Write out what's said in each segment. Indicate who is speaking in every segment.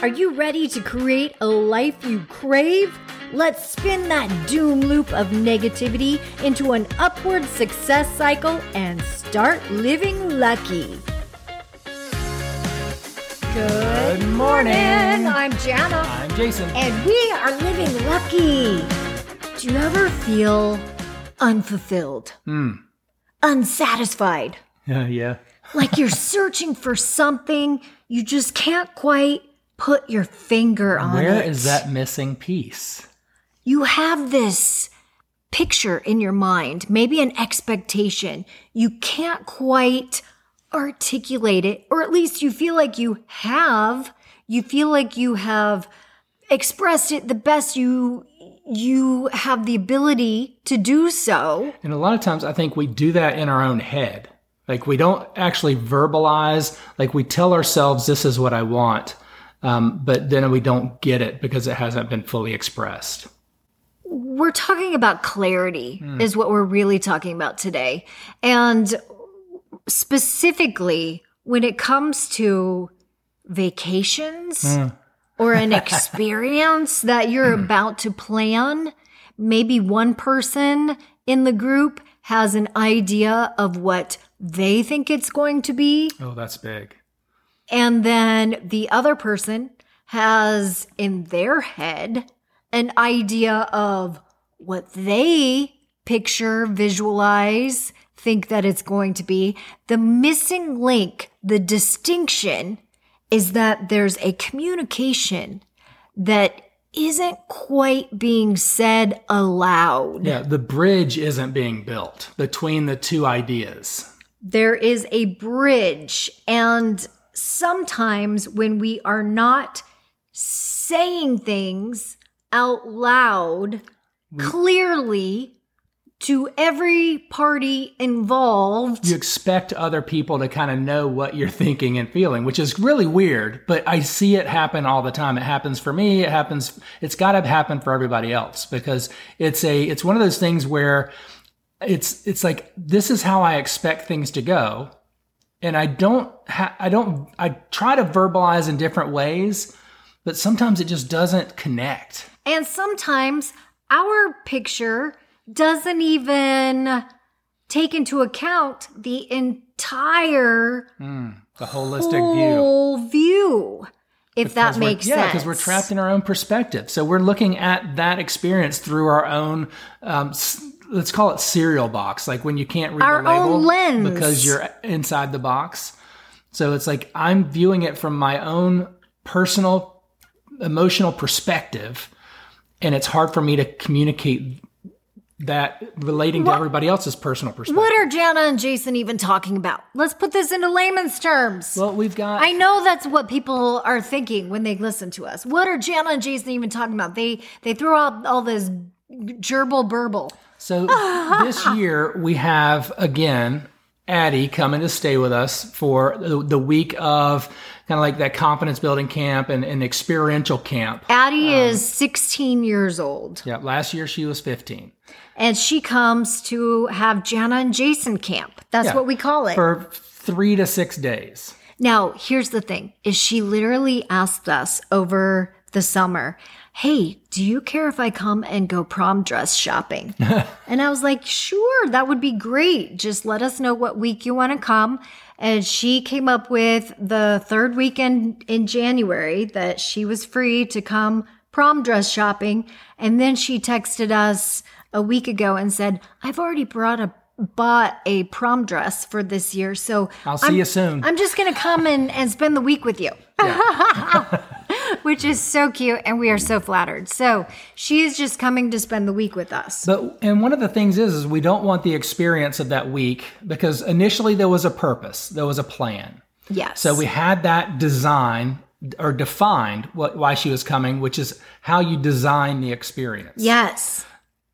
Speaker 1: Are you ready to create a life you crave? Let's spin that doom loop of negativity into an upward success cycle and start living lucky. Good
Speaker 2: morning.
Speaker 1: I'm Jana,
Speaker 2: I'm Jason.
Speaker 1: and we are living lucky. Do you ever feel unfulfilled? Unsatisfied?
Speaker 2: Yeah, yeah.
Speaker 1: like you're searching for something you just can't quite put your finger on
Speaker 2: Where
Speaker 1: it.
Speaker 2: is that missing piece?
Speaker 1: you have this picture in your mind maybe an expectation you can't quite articulate it or at least you feel like you have you feel like you have expressed it the best you you have the ability to do so
Speaker 2: And a lot of times I think we do that in our own head. Like we don't actually verbalize, like we tell ourselves, this is what I want. Um, but then we don't get it because it hasn't been fully expressed.
Speaker 1: we're talking about clarity is what we're really talking about today and specifically when it comes to vacations or an experience that you're about to plan maybe one person in the group has an idea of what they think it's going to be
Speaker 2: Oh, that's big.
Speaker 1: and then the other person has in their head an idea of what they picture, visualize, think that it's going to be. The missing link, the distinction is that there's a communication that isn't quite being said aloud.
Speaker 2: Yeah, the bridge isn't being built between the two ideas.
Speaker 1: there is a bridge. And sometimes when we are not saying things out loud
Speaker 2: Mm.
Speaker 1: clearly to every party involved,
Speaker 2: You expect other people to kind of know what you're thinking and feeling, which is really weird, but I see it happen all the time. It happens for me, it happens it's got to happen for everybody else because it's a it's one of those things where it's it's like this is how I expect things to go and I don't ha- I don't I try to verbalize in different ways, but sometimes it just doesn't connect.
Speaker 1: and sometimes our picture doesn't even take into account the entire
Speaker 2: The holistic view.
Speaker 1: whole view. If that
Speaker 2: Because we're-
Speaker 1: makes sense.
Speaker 2: Yeah, because we're trapped in our own perspective. So we're looking at that experience through our own, um, s- let's call it cereal box. Like when you can't read
Speaker 1: Our
Speaker 2: the label
Speaker 1: own lens.
Speaker 2: because you're inside the box. So it's like I'm viewing it from my own personal, emotional perspective, and it's hard for me to communicate that relating to everybody else's personal perspective.
Speaker 1: What are Jana and Jason even talking about? Let's put this into layman's terms.
Speaker 2: Well, we've got.
Speaker 1: I know that's what people are thinking when they listen to us. What are Jana and Jason even talking about? They they throw out all this gerbil burble.
Speaker 2: So this year we have again Addie coming to stay with us for the, the week of kind of like that confidence building camp and, and experiential camp.
Speaker 1: Addie
Speaker 2: Um.
Speaker 1: is 16 years old,
Speaker 2: Yeah, last year she was 15
Speaker 1: and she comes to have Jana and Jason camp. That's
Speaker 2: Yeah.
Speaker 1: what we call it.
Speaker 2: for three to six days.
Speaker 1: Now, here's the thing is she literally asked us over the summer, Hey, do you care if I come and go prom dress shopping? and I was like, Sure, that would be great. Just let us know what week you want to come. And she came up with the third weekend in January that she was free to come prom dress shopping. And then she texted us a week ago and said, I've already brought a bought a prom dress for this year. So
Speaker 2: I'll see you soon.
Speaker 1: I'm just going to come and, and spend the week with you,
Speaker 2: Yeah.
Speaker 1: which is so cute. And we are so flattered. So she is just coming to spend the week with us.
Speaker 2: But and one of the things is is we don't want the experience of that week because initially there was a purpose, there was a plan.
Speaker 1: Yes.
Speaker 2: So we had that design or defined what why she was coming, which is how you design the experience.
Speaker 1: Yes.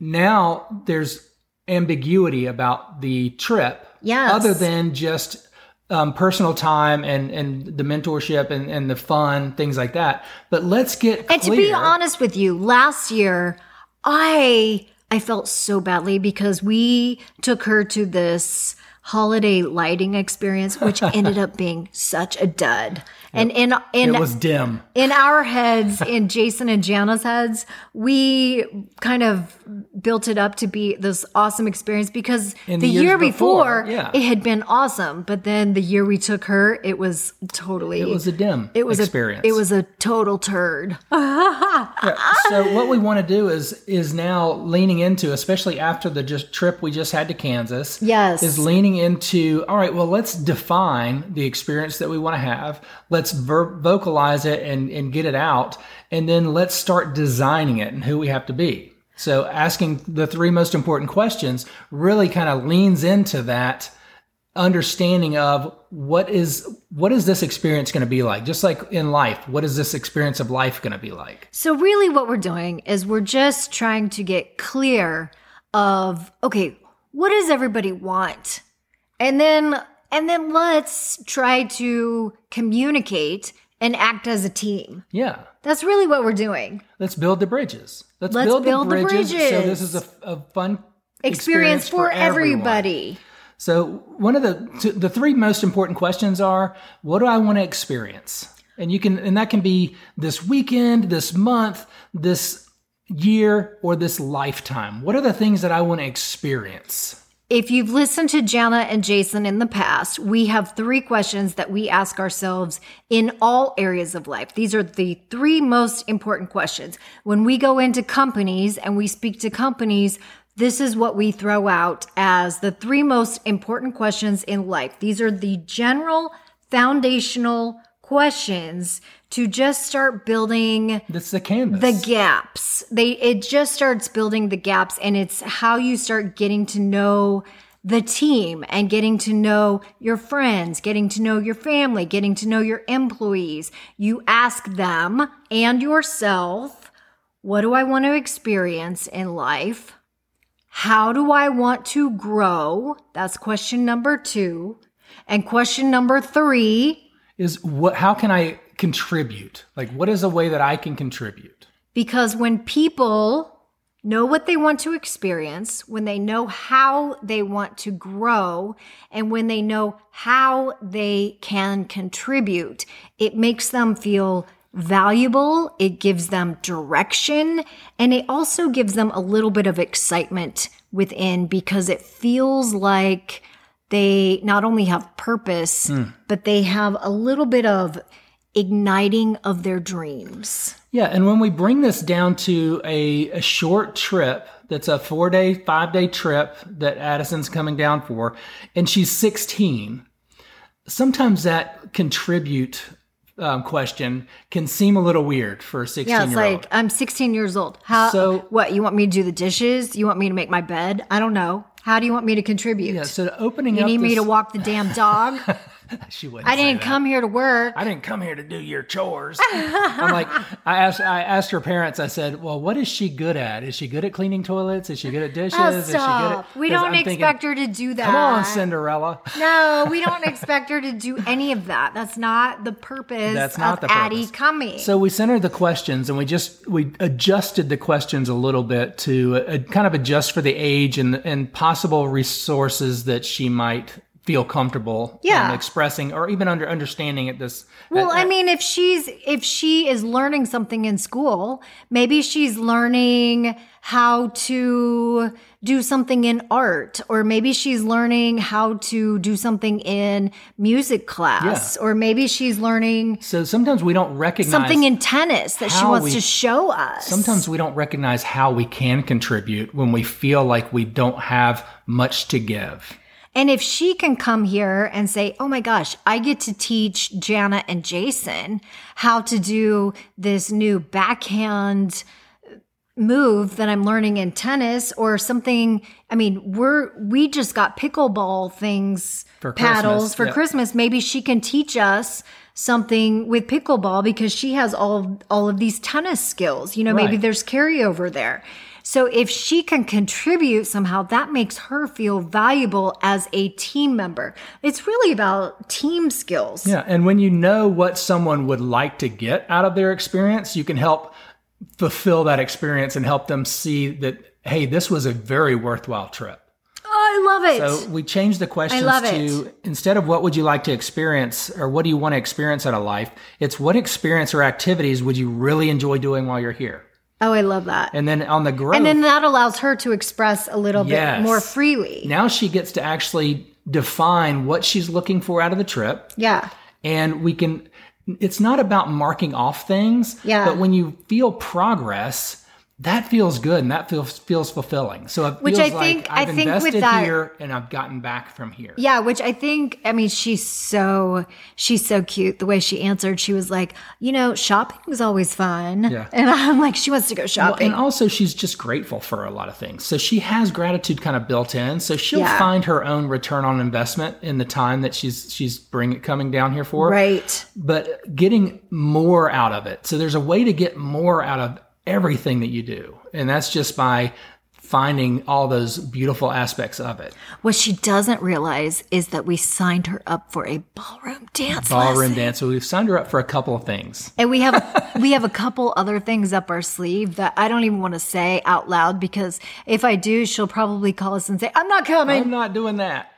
Speaker 2: now there's ambiguity about the trip
Speaker 1: Yes.
Speaker 2: other than just um, personal time and and the mentorship and, and the fun things like that but let's get
Speaker 1: And to be
Speaker 2: clear.
Speaker 1: honest with you, last year I I felt so badly because we took her to this holiday lighting experience, which ended up being such a dud. And in in
Speaker 2: It was dim.
Speaker 1: in our heads, in Jason and Jana's heads, we kind of built it up to be this awesome experience because
Speaker 2: In
Speaker 1: the
Speaker 2: the years
Speaker 1: year before,
Speaker 2: before, yeah.
Speaker 1: it had been awesome, but then the year we took her, it was totally
Speaker 2: It was a dim
Speaker 1: it was
Speaker 2: experience.
Speaker 1: A, it was a total turd.
Speaker 2: so what we want to do is is now leaning into especially after the just trip we just had to Kansas
Speaker 1: Yes.
Speaker 2: is leaning into all right well let's define the experience that we want to have let's ver- vocalize it and and get it out and then let's start designing it and who we have to be so asking the three most important questions really kind of leans into that understanding of what is what is this experience going to be like just like in life what is this experience of life going to be like
Speaker 1: So, really, what we're doing is we're just trying to get clear of okay, what does everybody want? And then, and then let's try to communicate and act as a team.
Speaker 2: yeah
Speaker 1: That's really what we're doing.
Speaker 2: Let's build the bridges. Let's,
Speaker 1: Let's
Speaker 2: build,
Speaker 1: build the
Speaker 2: the, bridges. So
Speaker 1: bridges.
Speaker 2: this is a, a fun
Speaker 1: Experience, for,
Speaker 2: everyone.
Speaker 1: everybody.
Speaker 2: So one of the t- the three most important questions are: What do I want to experience? And you can, and that can be this weekend, this month, this year, or this lifetime. What are the things that I want to experience?
Speaker 1: If you've listened to Jana and Jason in the past, we have three questions that we ask ourselves in all areas of life. These are the three most important questions. When we go into companies and we speak to companies, this is what we throw out as the three most important questions in life. These are the general foundational questions to just start building
Speaker 2: That's the canvas.
Speaker 1: the gaps they it just starts building the gaps and it's how you start getting to know the team and getting to know your friends getting to know your family getting to know your employees you ask them and yourself what do i want to experience in life how do I want to grow? That's question number two. And question number three
Speaker 2: is what? How can I contribute? Like, what is a way that I can contribute?
Speaker 1: Because when people know what they want to experience, when they know how they want to grow, and when they know how they can contribute, it makes them feel valuable, it gives them direction, and it also gives them a little bit of excitement within because it feels like they not only have purpose, but they have a little bit of igniting of their dreams.
Speaker 2: Yeah, and when we bring this down to a, a short trip that's a four day, five day trip that Addison's coming down for, and she's 16, sometimes that contribute um, question can seem a little weird for a 16
Speaker 1: Yeah, it's
Speaker 2: year old.
Speaker 1: like I'm 16 years old. How?
Speaker 2: So-
Speaker 1: what? You want me to do the dishes? You want me to make my bed? I don't know. How do you want me to contribute?
Speaker 2: yeah, so opening
Speaker 1: you
Speaker 2: up
Speaker 1: need me to
Speaker 2: this-
Speaker 1: walk the damn dog?
Speaker 2: she wouldn't
Speaker 1: I
Speaker 2: say
Speaker 1: didn't
Speaker 2: that.
Speaker 1: come here to work.
Speaker 2: I didn't come here to do your chores. I'm like, I asked, I asked her parents. I said, "Well, what is she good at? Is she good at cleaning toilets? Is she good at dishes?
Speaker 1: Oh,
Speaker 2: is she good
Speaker 1: stop.
Speaker 2: at?"
Speaker 1: We
Speaker 2: 'Cause
Speaker 1: don't
Speaker 2: I'm thinking,
Speaker 1: expect her to do that.
Speaker 2: Come on, Cinderella.
Speaker 1: no, we don't expect her to do any of that. That's not the purpose
Speaker 2: That's not
Speaker 1: of
Speaker 2: the
Speaker 1: Addie
Speaker 2: purpose.
Speaker 1: coming.
Speaker 2: So we centered the questions, and we just we adjusted the questions a little bit to uh, kind of adjust for the age and and possible resources that she might feel comfortable
Speaker 1: Yeah.
Speaker 2: um, expressing or even under understanding at this.
Speaker 1: Well, I mean, if she's if she is learning something in school, maybe she's learning how to do something in art, or maybe she's learning how to do something in music class, or maybe she's learning
Speaker 2: so sometimes we don't recognize
Speaker 1: something in tennis that she
Speaker 2: How
Speaker 1: wants
Speaker 2: we-
Speaker 1: to show us.
Speaker 2: Sometimes we don't recognize how we can contribute when we feel like we don't have much to give.
Speaker 1: And if she can come here and say, Oh my gosh, I get to teach Jana and Jason how to do this new backhand move that I'm learning in tennis or something. I mean, we're, we just got pickleball things,
Speaker 2: For
Speaker 1: paddles
Speaker 2: Christmas,
Speaker 1: for
Speaker 2: yeah.
Speaker 1: Christmas. Maybe she can teach us something with pickleball because she has all, all of these tennis skills. You know, maybe
Speaker 2: Right.
Speaker 1: there's carryover there. So if she can contribute somehow, that makes her feel valuable as a team member. It's really about team skills.
Speaker 2: Yeah, and when you know what someone would like to get out of their experience, you can help fulfill that experience and help them see that hey, this was a very worthwhile trip.
Speaker 1: Oh, I love it.
Speaker 2: So we changed the questions
Speaker 1: love
Speaker 2: to instead of what would you like to experience or what do you want to experience out of life, it's what experience or activities would you really enjoy doing while you're here?
Speaker 1: oh, I love that.
Speaker 2: And then on the growth,
Speaker 1: And then that allows her to express a little
Speaker 2: Yes.
Speaker 1: bit more freely.
Speaker 2: now she gets to actually define what she's looking for out of the trip.
Speaker 1: Yeah.
Speaker 2: And we can, it's not about marking off things,
Speaker 1: Yeah.
Speaker 2: but when you feel progress, that feels good and that feels feels fulfilling. So it
Speaker 1: Which
Speaker 2: feels
Speaker 1: I
Speaker 2: like
Speaker 1: think- I
Speaker 2: I've
Speaker 1: think with
Speaker 2: invested
Speaker 1: that-
Speaker 2: here and I've gotten back from here.
Speaker 1: Yeah, which I think, I mean, she's so, she's so cute. The way she answered, she was like, you know, shopping is always fun.
Speaker 2: Yeah.
Speaker 1: And I'm like, she wants to go
Speaker 2: Well,
Speaker 1: shopping.
Speaker 2: and also she's just grateful for a lot of things. So she has gratitude kind of built in. So she'll
Speaker 1: Yeah.
Speaker 2: find her own return on investment in the time that she's she's bring coming down here for.
Speaker 1: right.
Speaker 2: But getting more out of it. So there's a way to get more out of everything that you do. And that's just by finding all those beautiful aspects of it.
Speaker 1: What she doesn't realize is that we signed her up for a ballroom dance
Speaker 2: Ballroom
Speaker 1: lesson.
Speaker 2: dance. So we've signed her up for a couple of things.
Speaker 1: And we have we have a couple other things up our sleeve that I don't even want to say out loud because if I do, she'll probably call us and say, "I'm not coming."
Speaker 2: I'm not doing that.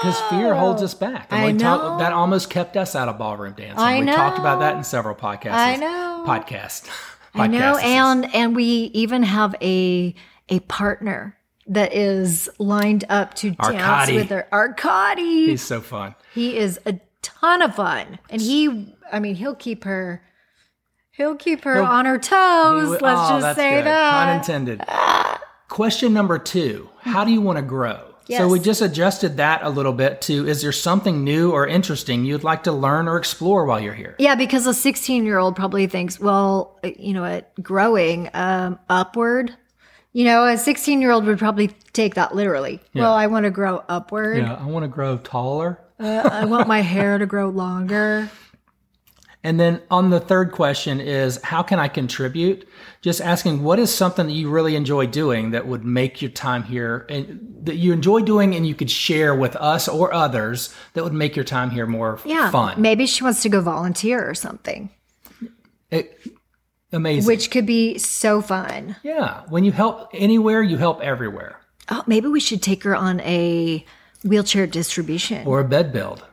Speaker 2: Because fear holds us back. And
Speaker 1: Oh. I
Speaker 2: we talked-
Speaker 1: know.
Speaker 2: that almost kept us out of ballroom dancing.
Speaker 1: I
Speaker 2: we talked about
Speaker 1: know.
Speaker 2: that in several podcasts.
Speaker 1: I know.
Speaker 2: Podcast.
Speaker 1: I know,
Speaker 2: Podcasts.
Speaker 1: and and we even have a a partner that is lined up to dance
Speaker 2: Arkady.
Speaker 1: with her. Arkady,
Speaker 2: He's so fun.
Speaker 1: he is a ton of fun, and he, I mean, he'll keep her, he'll keep her on her toes.
Speaker 2: Oh,
Speaker 1: Let's just
Speaker 2: that's
Speaker 1: say
Speaker 2: good. Pun
Speaker 1: that.
Speaker 2: intended. Question number two How do you want to grow? So
Speaker 1: Yes.
Speaker 2: we just adjusted that a little bit to is there something new or interesting you'd like to learn or explore while you're here?
Speaker 1: Yeah, because a 16 year old probably thinks, well, you know what, growing um, upward. You know, a 16 year old would probably take that literally. Well, I want to grow upward.
Speaker 2: Yeah, I want to grow taller.
Speaker 1: I want my hair to grow longer.
Speaker 2: And then on the third question is how can I contribute? Just asking what is something that you really enjoy doing that would make your time here and that you enjoy doing and you could share with us or others that would make your time here more
Speaker 1: Yeah.
Speaker 2: fun.
Speaker 1: Maybe she wants to go volunteer or something,
Speaker 2: It- amazing.
Speaker 1: which could be so fun.
Speaker 2: yeah, when you help anywhere, you help everywhere.
Speaker 1: Oh, maybe we should take her on a wheelchair distribution.
Speaker 2: Or a bed build.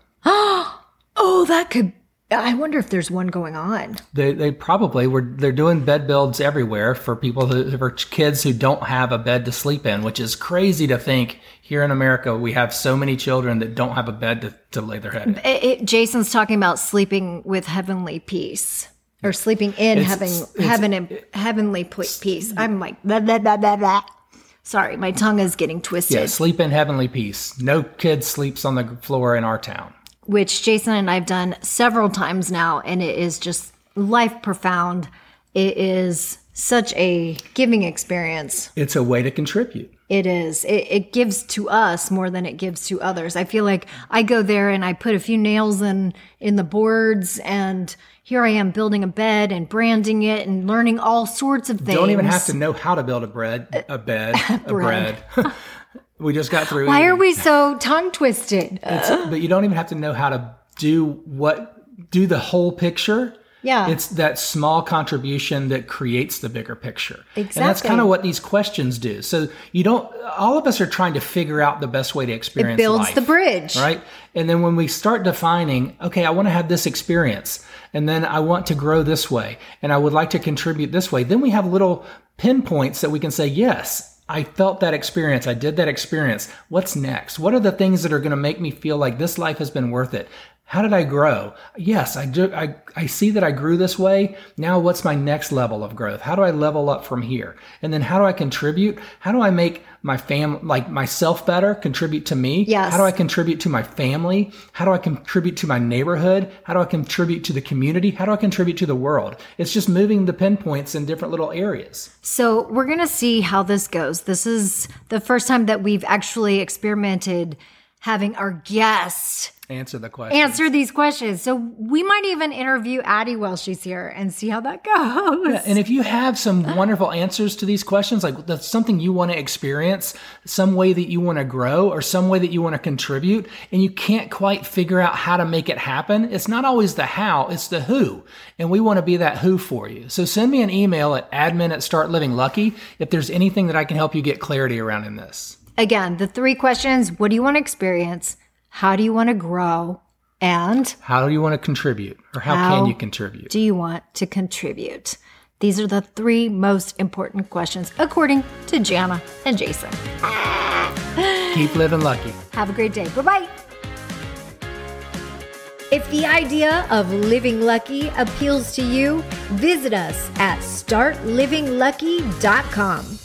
Speaker 1: oh, that could. I wonder if there's one going on.
Speaker 2: They, they probably were they're doing bed builds everywhere for people who for kids who don't have a bed to sleep in, which is crazy to think here in America we have so many children that don't have a bed to, to lay their head in.
Speaker 1: It, it, Jason's talking about sleeping with heavenly peace or sleeping in having heaven and heavenly pl- peace. I'm like blah, blah, blah, blah, blah. Sorry, my tongue is getting twisted.
Speaker 2: Yeah, sleep in heavenly peace. No kid sleeps on the floor in our town.
Speaker 1: which Jason and I've done several times now, and it is just life profound. It is such a giving experience.
Speaker 2: It's a way to contribute.
Speaker 1: It is. It, it gives to us more than it gives to others. I feel like I go there and I put a few nails in in the boards, and here I am building a bed and branding it and learning all sorts of things.
Speaker 2: Don't even have to know how to build a bread, a bed, a bread. we just got through.
Speaker 1: Why
Speaker 2: eating.
Speaker 1: are we so tongue twisted?
Speaker 2: It's- but you don't even have to know how to do what do the whole picture.
Speaker 1: Yeah.
Speaker 2: It's that small contribution that creates the bigger picture. And that's
Speaker 1: Exactly.
Speaker 2: kind of what these questions do. So you don't all of us are trying to figure out the best way to experience
Speaker 1: Builds
Speaker 2: life.
Speaker 1: the bridge.
Speaker 2: Right? And then when we start defining, okay, I want to have this experience and then I want to grow this way and I would like to contribute this way, then we have little pinpoints that we can say, yes, I felt that experience. I did that experience. What's next? What are the things that are going to make me feel like this life has been worth it? How did I grow? Yes, I do. I, I see that I grew this way. Now, what's my next level of growth? How do I level up from here? And then how do I contribute? How do I make my fam, like myself better, contribute to me?
Speaker 1: Yes.
Speaker 2: How do I contribute to my family? How do I contribute to my neighborhood? How do I contribute to the community? How do I contribute to the world? It's just moving the pinpoints in different little areas.
Speaker 1: So we're going to see how this goes. This is the first time that we've actually experimented having our guest
Speaker 2: Answer the question.
Speaker 1: answer these questions. So we might even interview Addie while she's here and see how that goes.
Speaker 2: And if you have some wonderful answers to these questions, like that's something you want to experience, some way that you want to grow, or some way that you want to contribute, and you can't quite figure out how to make it happen, it's not always the how, it's the who. And we want to be that who for you. So send me an email at admin at startlivinglucky if there's anything that I can help you get clarity around in this.
Speaker 1: Again, the three questions what do you want to experience? How do you want to grow? And
Speaker 2: How do you want to contribute or how,
Speaker 1: How
Speaker 2: can you contribute?
Speaker 1: do you want to contribute? These are the three most important questions, according to Jana and Jason.
Speaker 2: Keep living lucky.
Speaker 1: Have a great day. Bye bye. If the idea of living lucky appeals to you, visit us at startlivinglucky.com.